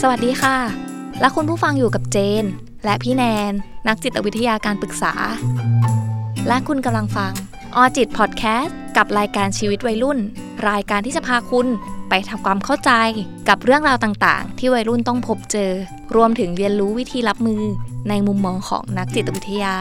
สวัสดีค่ะ และคุณผู้ฟังอยู่กับเจน และพี่แนน นักจิตวิทยาการปรึกษา และคุณกำลังฟังออจิตพอดแคสต์กับรายการชีวิตวัยรุ่น รายการที่จะพาคุณไปทำความเข้าใจกับเรื่องราวต่างๆ ที่วัยรุ่นต้องพบเจอ รวมถึงเรียนรู้วิธีรับมือในมุมมองของนักจิตวิทยา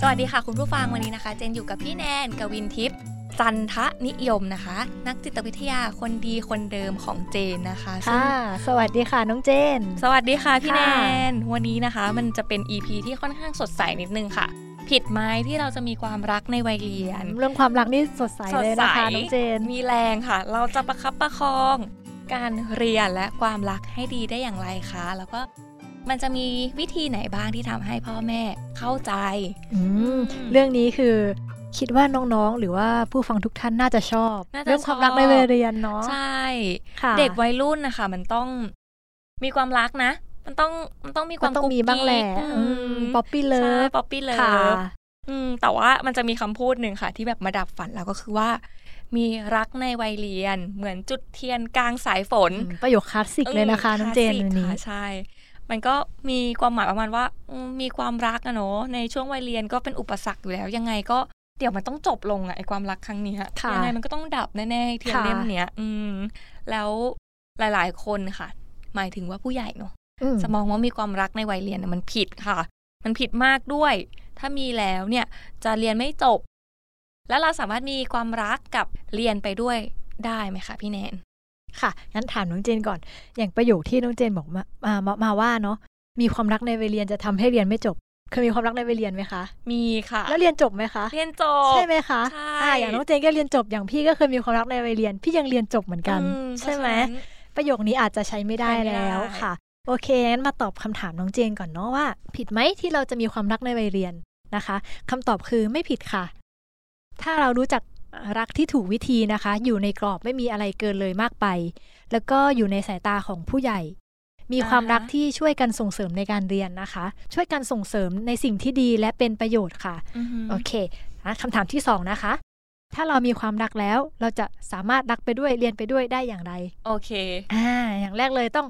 สวัสดีค่ะคุณผู้ฟังวันนี้นะคะ เจนอยู่กับพี่แนนกวินทิพย์จันทนิยมนะคะ นักจิตวิทยาคนดีคนเดิมของเจนนะคะซึ่ง ค่ะ สวัสดีค่ะ น้องเจน สวัสดีค่ะพี่แน ค่ะ น วันนี้นะคะ มันจะเป็น EP ีที่ค่อนข้างสดใสนิดนึงค่ะ ผิดไหมที่เราจะมีความรักในวัยเรียน เรื่องความรักนี่สดใสเลยนะคะน้องเจน มีแรงค่ะ เราจะประคับประคอง การเรียนและความรักให้ดีได้อย่างไรคะ แล้วก็มันจะมีวิธีไหนบ้างที่ทำให้พ่อแม่เข้าใจ อืม อืม เรื่องนี้คือ คิดว่าน้องๆ หรือว่าผู้ฟังทุกท่านน่าจะชอบ น่าจะ เรื่องความรัก ชอบ ในวัยเรียนเนาะ ใช่ ค่ะ เด็กวัยรุ่นนะคะมันต้องมีความรักนะ มันต้องมันต้องมีค ก็ วาม ต้องมีบ้างแหละ กุ๊กกิ๊ก อืมป๊อปปี้เลิ ใช่ ฟ ป๊อปปี้เลิ ค่ะ ฟ อืมแต่ว่ามันจะมีคำพูดหนึ่งค่ะ ที่แบบมาดับฝันแล้วก็คือว่า มีรักในวัยเรียน เหมือนจุดเทียนกลางสายฝน อืมประโยคคลาสสิกเลยนะคะ ม น้องเจน คลาสสิก วันนี้ ค่ะใช่ มันก็มีความหมายประมาณว่าอืมมีความรักอะเนาะในช่วงวัยเรียนก็เป็นอุปสรรคอยู่แล้ว ยังไงก็เดี๋ยวมันต้องจบลงอะไอความรักครั้งเนี้ย ค่ะ ยังไงมันก็ต้องดับแน่ๆเทียน ค่ะ เล่มเนี้ย อืม แล้วหลาย ๆ คนค่ะ หมายถึงว่าผู้ใหญ่เนาะ อืม จะมองว่ามีความรักในวัยเรียนเนี่ยมันผิดค่ะ มันผิดมากด้วย ถ้ามีแล้วเนี่ยจะเรียนไม่จบ แล้วเราสามารถมีความรักกับเรียนไปด้วยได้ไหมคะพี่แนน ค่ะ งั้นถามน้องเจนก่อน อย่างประโยคที่น้องเจนบอกมามามามาว่าเนาะ มีความรักในวัยเรียนจะทำให้เรียนไม่จบ เคยมีความรักในวัยเรียนไหมคะ มีค่ะ แล้วเรียนจบไหมคะ เรียนจบ ใช่ไหมคะ ใช่ อ่าอย่างน้องเจนก็เรียนจบ อย่างพี่ก็เคยมีความรักในวัยเรียน พี่ยังเรียนจบเหมือนกัน อืเพราะ ใช่ไหม ฉะนั้น ประโยคนี้อาจจะใช้ไม่ได้ ใช้ไม่ได้ แล้วค่ะ โอเค งั้นมาตอบคำถามน้องเจนก่อนเนาะว่า ผิดไหมที่เราจะมีความรักในวัยเรียนนะคะคำตอบคือไม่ผิดค่ะ ถ้าเรารู้จักรักที่ถูกวิธีนะคะ อยู่ในกรอบไม่มีอะไรเกินเลยมากไป แล้วก็อยู่ในสายตาของผู้ใหญ่ มีความรักที่ช่วยกันส่งเสริมในการเรียนนะคะ ช่วยกันส่งเสริมในสิ่งที่ดีและเป็นประโยชน์ค่ะ อือหือ โอเคอ่ะคำถามที่ 2 นะคะ ถ้าเรามีความรักแล้ว เราจะสามารถรักไปด้วยเรียนไปด้วยได้อย่างไร โอเค อ่า อย่างแรกเลยต้อง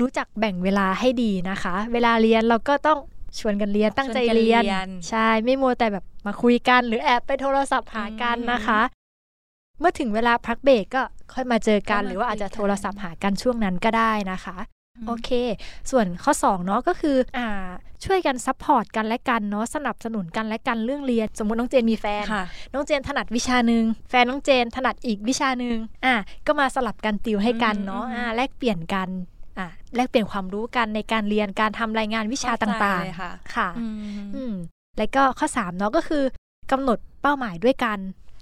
รู้จักแบ่งเวลาให้ดีนะคะ เวลาเรียนเราก็ต้องชวนกันเรียนตั้งใจเรียน ชวนกันเรียน ใช่ ไม่มัวแต่แบบมาคุยกันหรือแอบไปโทรศัพท์หากันนะคะ เมื่อถึงเวลาพักเบรกก็ค่อยมาเจอกัน ค่อยมา หรือว่าอาจจะ คุยกัน โทรศัพท์หากันช่วงนั้นก็ได้นะคะ โอเค ส่วนข้อ2เนาะก็คืออ่าช่วยกันซัพพอร์ตกันและกันเนาะสนับสนุนกันและกันเรื่องเรียน สมมติน้องเจนมีแฟน ค่ะ น้องเจนถนัดวิชาหนึ่งแฟนน้องเจนถนัดอีกวิชาหนึ่งอ่ะก็มาสลับกันติวให้กันเนาะ อืม อ่ะแลกเปลี่ยนกันอ่ะแลกเปลี่ยนความรู้กันในการเรียนการทำรายงานวิชา เข้าใจ ต่าง เลยค่ะ ๆ ค่ะ อืม อืมแล้วก็ข้อ3เนาะก็คือกำหนดเป้าหมายด้วยกัน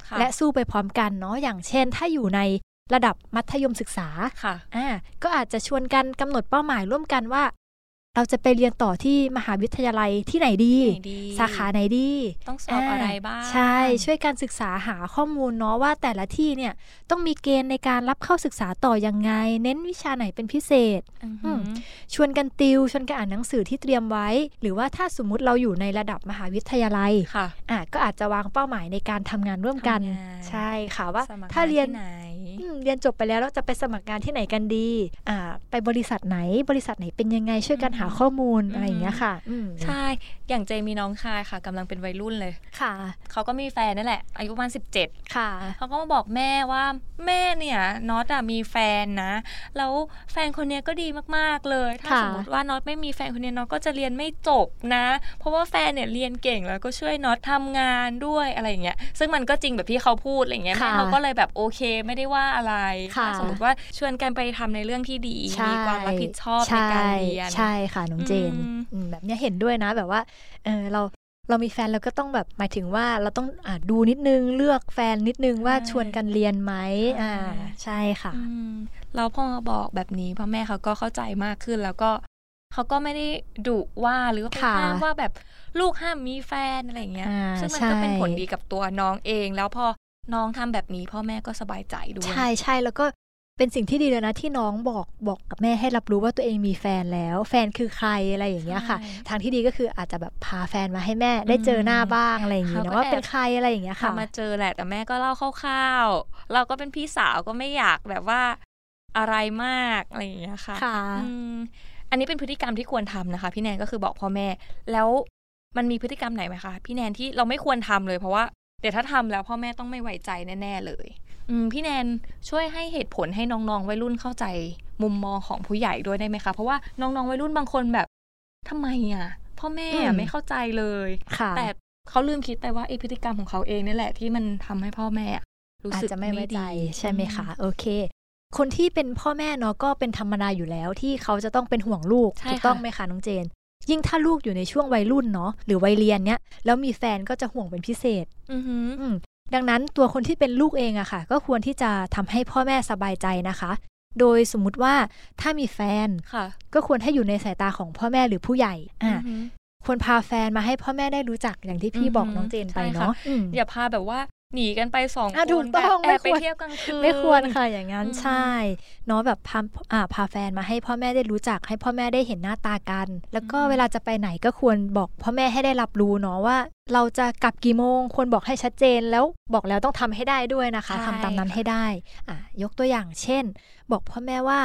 ค่ และสู้ไปพร้อมกันเนาะอย่างเช่น ถ้าอยู่ในระดับมัธยมศึกษา ค่ะ อ่าก็อาจจะชวนกันกำหนดเป้าหมายร่วมกันว่า เราจะไปเรียนต่อที่มหาวิทยาลัยที่ไหนดี ที่ไหนดี สาขาไหนดี ต้องสอบอะไรบ้าง ใช่ช่วยการศึกษาหาข้อมูลเนาะว่าแต่ละที่เนี่ยต้องมีเกณฑ์ในการรับเข้าศึกษาต่อยังไง เน้นวิชาไหนเป็นพิเศษ อือหือ ชวนกันติวชวนกันอ่านหนังสือที่เตรียมไว้ หรือว่าถ้าสมมุติเราอยู่ในระดับมหาวิทยาลัย ค่ะ อ่ะก็อาจจะวางเป้าหมายในการทำงานร่วมกัน ทำงาน ใช่ค่ะว่า สมัค ถ้าเรียน ที่ไหน อืมเรียนจบไปแล้วเราจะไปสมัครงานที่ไหนกันดี อ่า ไปบริษัทไหน บริษัทไหนเป็นยังไงช่วยกัน อืม หาข้อมูล อืม อะไรอย่างเงี้ยค่ะอืม ใช่ อย่างเจมีน้องชายค่ะกำลังเป็นวัยรุ่นเลย ค่ะ เขาก็มีแฟนนั่นแหละ อายุประมาณ17 ค่ะ เขาก็มาบอกแม่ว่าแม่เนี่ยน็อตอะมีแฟนนะ แล้วแฟนคนเนี้ยก็ดีมากๆเลย ถ้า ค่ะ สมมติว่าน็อตไม่มีแฟนคนเนี้ยน็อตก็จะเรียนไม่จบนะ เพราะว่าแฟนเนี่ยเรียนเก่งแล้วก็ช่วยน็อตทำงานด้วยอะไรอย่างเงี้ย ซึ่งมันก็จริงแบบที่เขาพูดอะไรอย่างเงี้ยแม่ ค่ะ เขาก็เลยแบบโอเคไม่ได้ว่าอะไร ค่ะ ถ้าสมมติว่าชวนกันไปทำในเรื่องที่ดี ใช่ มีความรับผิดชอบในการเรียน ใช่ใช่ค่ะน้องเจน อืม อืมแบบเนี้ยเห็นด้วยนะแบบว่าเออเราเรามีแฟนเราก็ต้องแบบหมายถึงว่าเราต้องอ่าดูนิดนึงเลือกแฟนนิดนึงว่าชวนกันเรียนไหมอ่า ใช่ค่ะ อืมแล้วพอบอกแบบนี้พ่อแม่เขาก็เข้าใจมากขึ้น แล้วก็เขาก็ไม่ได้ดุว่าหรือว่าไป ค่ะ ห้ามว่าแบบลูกห้ามมีแฟนอะไรอย่างเงี้ย อ่า ซึ่งมันก็เป็น ใช่ ผลดีกับตัวน้องเอง แล้วพอน้องทำแบบนี้ พ่อแม่ก็สบายใจด้วย ใช่ใช่แล้วก็เป็นสิ่งที่ดีเลยนะที่น้องบอกบอกกับแม่ให้รับรู้ว่าตัวเองมีแฟนแล้ว แฟนคือใครอะไรอย่างเงี้ยค่ะ ใช่ ทางที่ดีก็คืออาจจะแบบพาแฟนมาให้แม่ได้เจอหน้าบ้างอะไรอย่างงี้ เขา นะ ก็ ว่า แอบ เป็นใครอะไรอย่างเงี้ยค่ะ พามาเจอแหละแต่แม่ก็เล่าคร่าวๆเราก็เป็นพี่สาวก็ไม่อยากแบบว่า อะไรมากอะไรอย่างเงี้ยค่ะ ค่ะ อืมอันนี้เป็นพฤติกรรมที่ควรทำนะคะ พี่แนนก็คือบอกพ่อแม่ แล้วมันมีพฤติกรรมไหนไหมคะพี่แนนที่เราไม่ควรทำเลย เพราะว่าเดี๋ยวถ้าทำแล้วพ่อแม่ต้องไม่ไว้ใจแน่ ๆ เลย อืมพี่แนนช่วยให้เหตุผลให้น้องๆวัยรุ่นเข้าใจ มุมมองของผู้ใหญ่ด้วยได้ไหมคะ เพราะว่าน้องๆวัยรุ่นบางคนแบบทำไมอ่ะ พ่อแม่ อื อะ ม ไม่เข้าใจเลย ค่ะ แต่เขาลืมคิดไปว่าไอพฤติกรรมของเขาเองนี่แหละที่มันทำให้พ่อแม่อะรู้ อาจ สึก จะไม่ไว้ใจ ดี ใช่ไหมคะ โอเค คนที่เป็นพ่อแม่เนาะก็เป็นธรรมดาอยู่แล้วที่เขาจะต้องเป็นห่วงลูก ใช่ ถูก ค่ะ ต้องไหมคะน้องเจน ยิ่งถ้าลูกอยู่ในช่วงวัยรุ่นเนาะหรือวัยเรียนเนี้ยแล้วมีแฟนก็จะห่วงเป็นพิเศษ อือหือ อืมดังนั้นตัวคนที่เป็นลูกเองอะค่ะ ก็ควรที่จะทำให้พ่อแม่สบายใจนะคะ โดยสมมุติว่าถ้ามีแฟน ค่ะ ก็ควรให้อยู่ในสายตาของพ่อแม่หรือผู้ใหญ่อ่ะ อือหือ ควรพาแฟนมาให้พ่อแม่ได้รู้จักอย่างที่พี่ อือหือ บอกน้องเจนไป ใช่ค่ะ เนาะอืม อย่าพาแบบว่าหนีกันไปสองค อ่ะ น ถูกต้อง แบบแอบ ไม่ ไป ควร เที่ยวกลางคืน ไม่ควรค่ะอย่างนั้น อืม ใช่เนาะแบบพาอ่าพาแฟนมาให้พ่อแม่ได้รู้จัก ให้พ่อแม่ได้เห็นหน้าตากัน แล้วก็เวลาจะไปไหนก็ควรบอกพ่อแม่ให้ได้รับรู้เนาะว่า เราจะกลับกี่โมง ควรบอกให้ชัดเจนแล้วบอกแล้วต้องทำให้ได้ด้วยนะคะทำตามนั้นให้ได้อ่ะยกตัวอย่างเช่น บอกพ่อแม่ว่า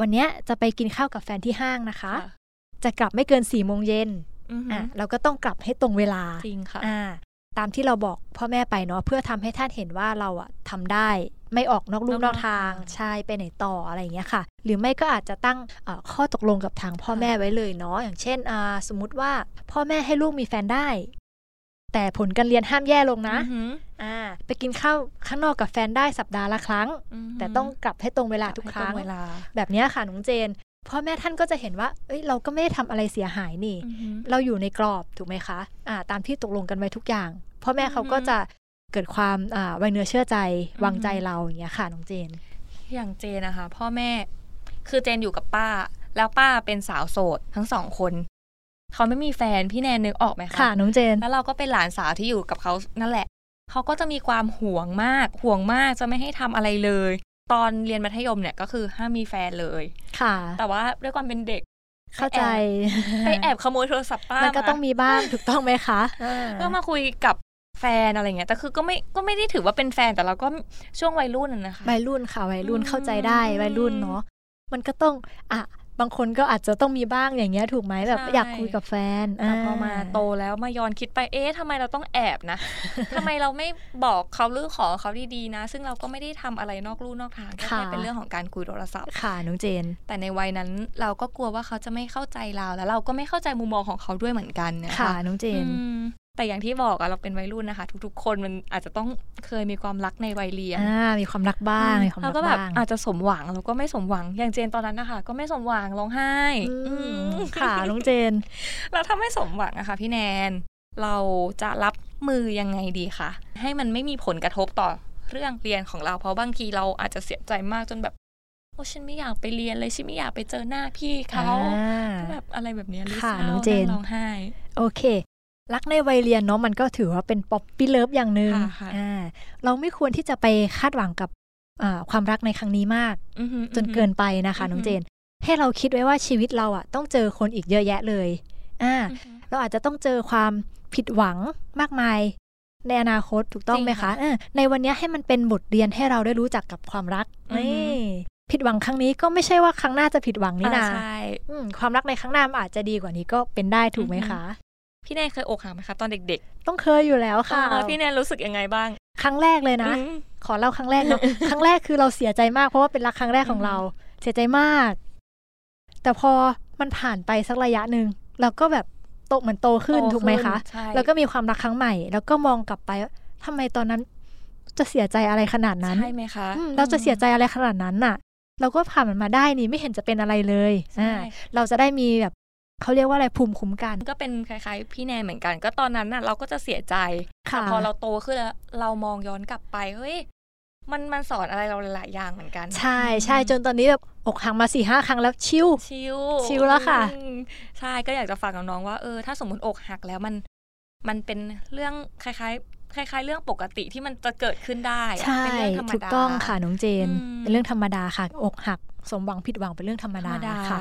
วันเนี้ยจะไปกินข้าวกับแฟนที่ห้างนะคะ ค่ะ จะกลับไม่เกิน4ี่โมงเย็น อือหื อ่ะ อ เราก็ต้องกลับให้ตรงเวลา จริงค่ะ อ่าตามที่เราบอกพ่อแม่ไปเนาะเพื่อทำให้ท่านเห็นว่าเราอะทำได้ ไม่ออกนอกลู่ นอก นอกทาง ทาง ใช่ไปไหนต่ออะไรอย่างเงี้ยค่ะ หรือไม่ก็อาจจะตั้งเอ่อข้อตกลงกับทางพ่อแม่ไว้เลยเนาะอย่างเช่นอ่าสมมติว่าพ่อแม่ให้ลูกมีแฟนได้ แต่ผลการเรียนห้ามแย่ลงนะ อือหือ อ่าไปกินข้าวข้างนอกกับแฟนได้สัปดาห์ละครั้ง อือหื แต่ต้องกลับให้ตรงเวลาทุกครั้ง ให้ตเวลา แบบเนี้ยค่ะน้องเจน พ่อแม่ท่านก็จะเห็นว่าเอ้ยเราก็ไม่ได้ทำอะไรเสียหายนี่ อือหือ เราอยู่ในกรอบถูกไหมคะอ่าตามที่ตกลงกันไว้ทุกอย่าง พ่อแม่ อือหือ เขาก็จะเกิดความอ่าไว้เนื้อเชื่อใจ อือหือ วางใจเราอย่างเงี้ยค่ะน้องเจน อย่างเจนนะคะ พ่อแม่ คือเจนอยู่กับป้า แล้วป้าเป็นสาวโสดทั้งสองคน เขาไม่มีแฟนพี่แนนนึกออกไหมคะ ค่ะน้องเจน แล้วเราก็เป็นหลานสาวที่อยู่กับเขานั่นแหละ เขาก็จะมีความห่วงมาก ห่วงมากจะไม่ให้ทำอะไรเลย ตอนเรียนมัธยมเนี่ยก็คือห้ามมีแฟนเลย ค่ะ แต่ว่าด้วยความเป็นเด็ก เข้าใจ ไปแอบข โมยโทรศัพท์ป้า มันก็ มา ต้องมีบ้างถูกต้องไหมคะ เพื่อมาคุยกับแฟนอะไรเงี้ย แต่คือก็ไม่ก็ไม่ได้ถือว่าเป็นแฟนแต่เราก็ช่วงวัยรุ่นน่ะนะคะ วัยรุ่นค่ะวัยรุ่น อืม เข้าใจได้วัยรุ่นเนาะมันก็ต้องอ่ะบางคนก็อาจจะต้องมีบ้างอย่างเงี้ยถูกไหมแบบอยากคุยกับแฟน แต่พอมาโตแล้วมาย้อนคิดไป เอ๊ะทำไมเราต้องแอบ นะ ทำไมเราไม่บอกเขาหรือขอเขาดีๆนะ ซึ่งเราก็ไม่ได้ทำอะไรนอกลู่นอกทางก็แค่เป็นเรื่องของการคุยโทรศัพท์ ค่ะน้องเจน แต่ในวัยนั้นเราก็กลัวว่าเขาจะไม่เข้าใจเรา แล้วเราก็ไม่เข้าใจมุมมองของเขาด้วยเหมือนกันนะคะ ค่ะน้องเจ อื น มแต่อย่างที่บอกอะเราเป็นวัยรุ่นนะคะ ทุกๆ คนมันอาจจะต้องเคยมีความรักในวัยเรียน อ่ามีความรักบ้างมีความ เรา รัก ก็แบบ บ้าง อาจจะสมหวังเราก็ไม่สมหวังอย่างเจนตอนนั้นนะคะก็ไม่สมหวังร้องไห้ อื อื ม ม ค่ะน้องเจน แล้วถ้าไม่สมหวังอะค่ะพี่แนน เราจะรับมือยังไงดีคะให้มันไม่มีผลกระทบต่อเรื่องเรียนของเรา เพราะบางทีเราอาจจะเสียใจมากจนแบบโอ้ฉันไม่อยากไปเรียนเลยฉันไม่อยากไปเจอหน้าพี่เขา อ่า แบบอะไรแบบเนี้ยรู้ ค่ะ เศร้า น้องเจน ร้องไห้ โอเค รักในวัยเรียนเนาะมันก็ถือว่าเป็นป๊อปปี้เลิฟอย่างหนึ่ง ค่ะค่ะ อ่าเราไม่ควรที่จะไปคาดหวังกับอ่าความรักในครั้งนี้มาก อือหือ จนเกินไปนะคะน้องเจน ให้เราคิดไว้ว่าชีวิตเราอ่ะต้องเจอคนอีกเยอะแยะเลยอ่า อือหือ เราอาจจะต้องเจอความผิดหวังมากมาย ในอนาคตถูกต้องไหม จริง คะ ค่ะ เออในวันเนี้ยให้มันเป็นบทเรียนให้เราได้รู้จักกับความรัก อือหือ นี่ผิดหวังครั้งนี้ก็ไม่ใช่ว่าครั้งหน้าจะผิดหวังนี่ อ่า นา ใช่ อืมความรักในข้างหน้ามันอาจจะดีกว่านี้ก็เป็นได้ถูกไหมคะ พี่แนนเคยอกหักไหมคะตอนเด็ก ต้องเคยอยู่แล้ว ๆ ค่ะ เออพี่แนนรู้สึกยังไงบ้าง ครั้งแรกเลยนะ อืม ขอเล่าครั้งแรก เนาะ ครั้งแรกคือเราเสียใจมากเพราะว่าเป็นรักครั้งแรกของเรา เสียใจมาก แต่พอมันผ่านไปสักระยะหนึ่งเราก็แบบโตเหมือนโตขึ้น โต ถูกไหม ขึ้น คะ ใช่ แล้วก็มีความรักครั้งใหม่ แล้วก็มองกลับไปว่าทำไมตอนนั้นจะเสียใจอะไรขนาดนั้น ใช่ไหมคะ อืมเราจะเสียใจอะไรขนาดนั้นน่ะ เราก็ผ่านมันมาได้นี่ไม่เห็นจะเป็นอะไรเลย ใช่ อ่าเราจะได้มีแบบเขาเรียกว่าอะไรภูมิคุ้มกัน ก็เป็นคล้ายๆพี่แนนเหมือนกัน ก็ตอนนั้นน่ะเราก็จะเสียใจ ค่ะ แต่พอเราโตขึ้นแล้วเรามองย้อนกลับไปเฮ้ยมันมันสอนอะไรเราหลายอย่างเหมือนกัน ใช่ใช่จนตอนนี้แบบอกหักมาสี่ห้าครั้งแล้วชิว ชิล ชิลแล้วค่ะ อืมใช่ก็อยากจะฝากกับน้องว่าเออถ้าสมมติอกหักแล้วมัน มันเป็นเรื่องคล้ายๆ คล้าย ๆ เรื่องปกติที่มันจะเกิดขึ้นได้อะ ใช่ เป็นเรื่องธรรมดา ถูกต้องค่ะน้องเจน อืม เป็นเรื่องธรรมดาค่ะ อกหัก สมหวังผิดหวังเป็นเรื่องธรรม ธรรมดา ค่ะ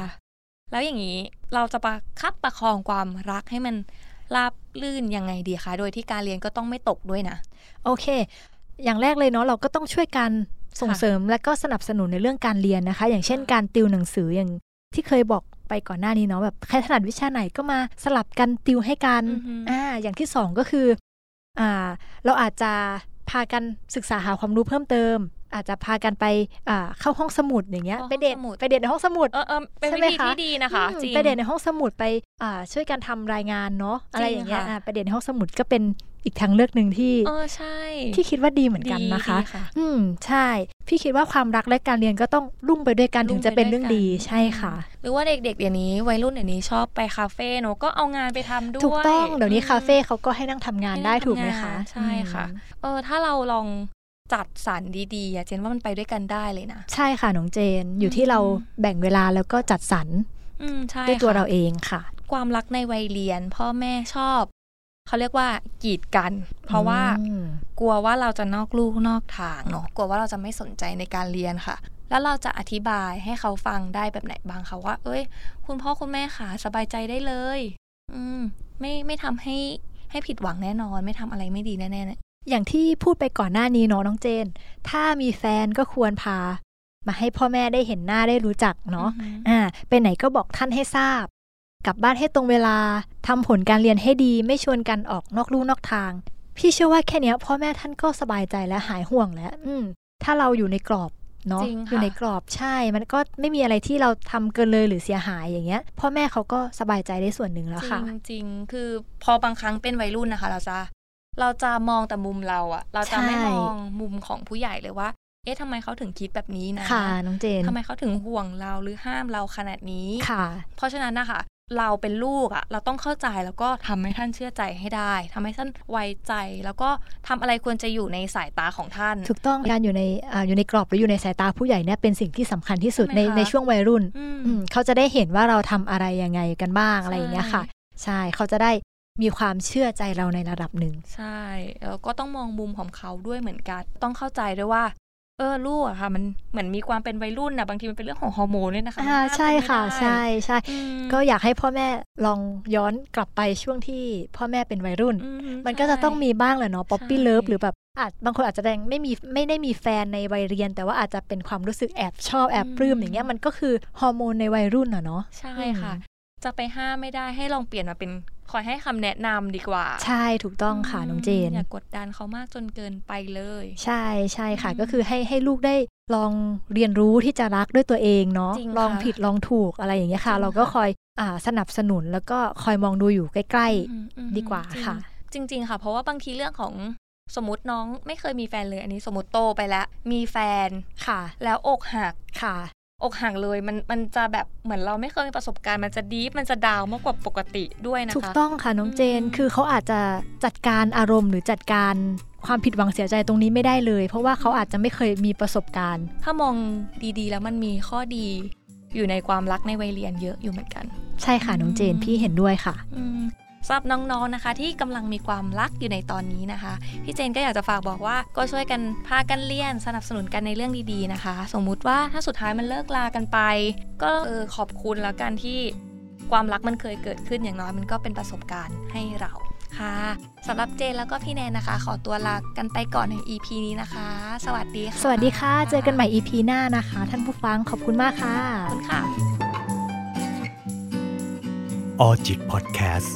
แล้วอย่างนี้เราจะประคับประคองความรักให้มันราบลื่นยังไงดีคะโดยที่การเรียนก็ต้องไม่ตกด้วยนะ โอเค อย่างแรกเลยเนาะเราก็ต้องช่วยกันส่ง ค่ะ เสริมและก็สนับสนุนในเรื่องการเรียนนะคะ อย่างเช่นการติวหนังสืออย่างที่เคยบอกไปก่อนหน้านี้เนาะแบบใครถนัดวิชาไหนก็มาสลับกันติวให้กัน อ่าอย่างที่สองก็คืออ่าเราอาจจะพากันศึกษาหาความรู้เพิ่มเติม อาจจะพากันไปอ่าเข้าห้องสมุดอย่างเงี้ย เข้าห้อง ไปเดท สมุด ไปเดทในห้องสมุด เออเออเป็น ใช่ วิ ไหม ธี คะ ที่ดีนะคะ อืม จริง ไปเดทในห้องสมุดไปอ่าช่วยกันทำรายงานเนาะอะไรอย่างเงี้ย จริงค่ะ อ่าไปเดทในห้องสมุดก็เป็นอีกทางเลือกหนึ่งที่ เออใช่ ที่คิดว่าดีเหมือนกันนะคะ ดีดี อืมใช่ พี่คิดว่าความรักและการเรียนก็ต้องรุ่งไปด้วยกัน รุ่ ถึ ง ง ไป จะเป็นเรื่อง ด้วยกัน ดีใช่ค่ะ หรือว่าเด็กๆเดี๋ยวนี้วัยรุ่นเดี๋ยวนี้ชอบไปคาเฟ่เนอะก็เอางานไปทำด้วย ถูกต้องเดี๋ยวนี้ อืม คาเฟ่เขาก็ให้นั่งทำงานได้ ให้เร ถูกไหม ทำงา คะ นใช่ค่ะ อืม เออถ้าเราลองจัดสรรดีๆอะเจนว่ามันไปด้วยกันได้เลยนะ ใช่ค่ะน้องเจนอยู่ อืม ที่เราแบ่งเวลาแล้วก็จัดสรร อืมใช่ ด้วยตัว ค่ะ เราเองค่ะ ความรักในวัยเรียน พ่อแม่ชอบ เขาเรียกว่ากีดกัน เพราะว่า อืม กลัวว่าเราจะนอกลูกนอกทางเนอะกลัวว่าเราจะไม่สนใจในการเรียนค่ะ แล้วเราจะอธิบายให้เขาฟังได้แบบไหนบ้างคะว่า เอ้ย คุณพ่อคุณแม่ค่ะสบายใจได้เลย อืม ไม่ไม่ทำให้ให้ผิดหวังแน่นอน ไม่ทำอะไรไม่ดีแน่ๆเนี่ย อย่างที่พูดไปก่อนหน้านี้เนาะน้องเจน ถ้ามีแฟนก็ควรพา มาให้พ่อแม่ได้เห็นหน้าได้รู้จักเนาะ อือฮึ อ่าไปไหนก็บอกท่านให้ทราบ กลับบ้านให้ตรงเวลาทำผลการเรียนให้ดีไม่ชวนกันออกนอกลู่นอกทาง พี่เชื่อว่าแค่เนี้ย พ่อแม่ท่านก็สบายใจและหายห่วงแล้ว อืม ถ้าเราอยู่ในกรอบเนาะ จริงค่ะ อยู่ในกรอบใช่ มันก็ไม่มีอะไรที่เราทำเกินเลยหรือเสียหายอย่างเงี้ย พ่อแม่เขาก็สบายใจได้ส่วนหนึ่งแล้วค่ะ จริงจริงๆคือพอบางครั้งเป็นวัยรุ่นนะคะ เราจะเราจะมองแต่มุมเราอะเราจะไม่ ใช่ มองมุมของผู้ใหญ่เลยว่า เอ๊ะทำไมเขาถึงคิดแบบนี้นะ ค่ะน้องเจน ทำไมเขาถึงห่วงเราหรือห้ามเราขนาดนี้ ค่ะ เพราะฉะนั้นนะคะเราเป็นลูกอะเราต้องเข้าใจแล้วก็ทำให้ท่านเชื่อใจให้ได้ทำให้ท่านไว้ใจ แล้วก็ทำอะไรควรจะอยู่ในสายตาของท่าน ถูกต้องการอยู่ในอ่าอยู่ในกรอบหรืออยู่ในสายตาผู้ใหญ่เนี่ยเป็นสิ่งที่สำคัญที่สุด ใช่ไหม ใน คะ ในช่วงวัยรุ่น อืม อืมเขาจะได้เห็นว่าเราทำอะไรยังไงกันบ้างอะไรอย่างเงี้ยค่ะ ใช่เขาจะได้มีความเชื่อใจเราในระดับหนึ่ง ใช่ แล้วก็ต้องมองมุมของเขาด้วยเหมือนกัน ต้องเข้าใจด้วยว่า เออลูกอะค่ะ มันเหมือนมีความเป็นวัยรุ่นนะบางทีมันเป็นเรื่องของฮอร์โมนด้วยนะคะ อ่า มันห้าม ใช่ค่ะ กันไม่ได้ ใช่ใช่ อืม ก็อยากให้พ่อแม่ลองย้อนกลับไปช่วงที่พ่อแม่เป็นวัยรุ่น อื มันก็จะต้องมีบ้างแหละเนาะป๊อปปี้เลิฟ ใช่ หรือแบบอาจบางคนอาจจะยังไม่มีไม่ได้มีแฟนในวัยเรียน แต่ว่าอาจจะเป็นความรู้สึกแอบชอบแอบปลื้มอย่างเงี้ยมันก็คือฮอร์โมนในวัยรุ่นอะเนาะ ใช่ อืม ค่ะ จะไปห้ามไม่ได้ให้ลองเปลี่ยนมาเป็นคอยให้คำแนะนำดีกว่า ใช่ถูกต้องค่ะน้องเจน อย่ากดดันเขามากจนเกินไปเลย ใช่ใช่ค่ะ อืม ก็คือให้ให้ลูกได้ลองเรียนรู้ที่จะรักด้วยตัวเองเนาะ จริงค่ะ ลองผิดลองถูกอะไรอย่างเงี้ยค่ะ จริงค่ะ เราก็คอยอ่าสนับสนุนแล้วก็คอยมองดูอยู่ใกล้ อืมอืม ดีกว่า จริง ค่ะ จริง ๆ ค่ะ เพราะว่าบางทีเรื่องของสมมติน้องไม่เคยมีแฟนเลย อันนี้สมมติโตไปแล้ว มีแฟน ค่ะ แล้วอกหัก ๆ ค่ะ อกหักเลยมันมันจะแบบเหมือนเราไม่เคยมีประสบการณ์มันจะดีฟมันจะดาวมากกว่าปกติด้วยนะคะ ถูกต้องค่ะน้องเจน อืม คือเขาอาจจะจัดการอารมณ์หรือจัดการความผิดหวังเสียใจตรงนี้ไม่ได้เลย เพราะว่าเขาอาจจะไม่เคยมีประสบการณ์ ถ้ามองดีๆ แล้วมันมีข้อดี อยู่ในความรักในวัยเรียนเยอะอยู่เหมือนกัน ใช่ค่ะน้องเจน อืม พี่เห็นด้วยค่ะ อืมสำหรับน้องๆนะคะ ที่กำลังมีความรักอยู่ในตอนนี้นะคะ พี่เจนก็อยากจะฝากบอกว่าก็ช่วยกันพากันเลี่ยน สนับสนุนกันในเรื่องดีๆนะคะ สมมุติว่าถ้าสุดท้ายมันเลิกลากันไป ก็เออขอบคุณแล้วกันที่ความรักมันเคยเกิดขึ้นอย่างน้อยมันก็เป็นประสบการณ์ให้เราค่ะสำหรับเจนแล้วก็พี่แนนนะคะ ขอตัวลากันไปก่อนใน EP นี้นะคะ สวัสดีค่ะ สวัสดีค่ะเจอกันใหม่ EP หน้านะคะ ท่านผู้ฟังขอบคุณมากค่ะ ขอบคุณค่ะ ออจิตพอดแคสต์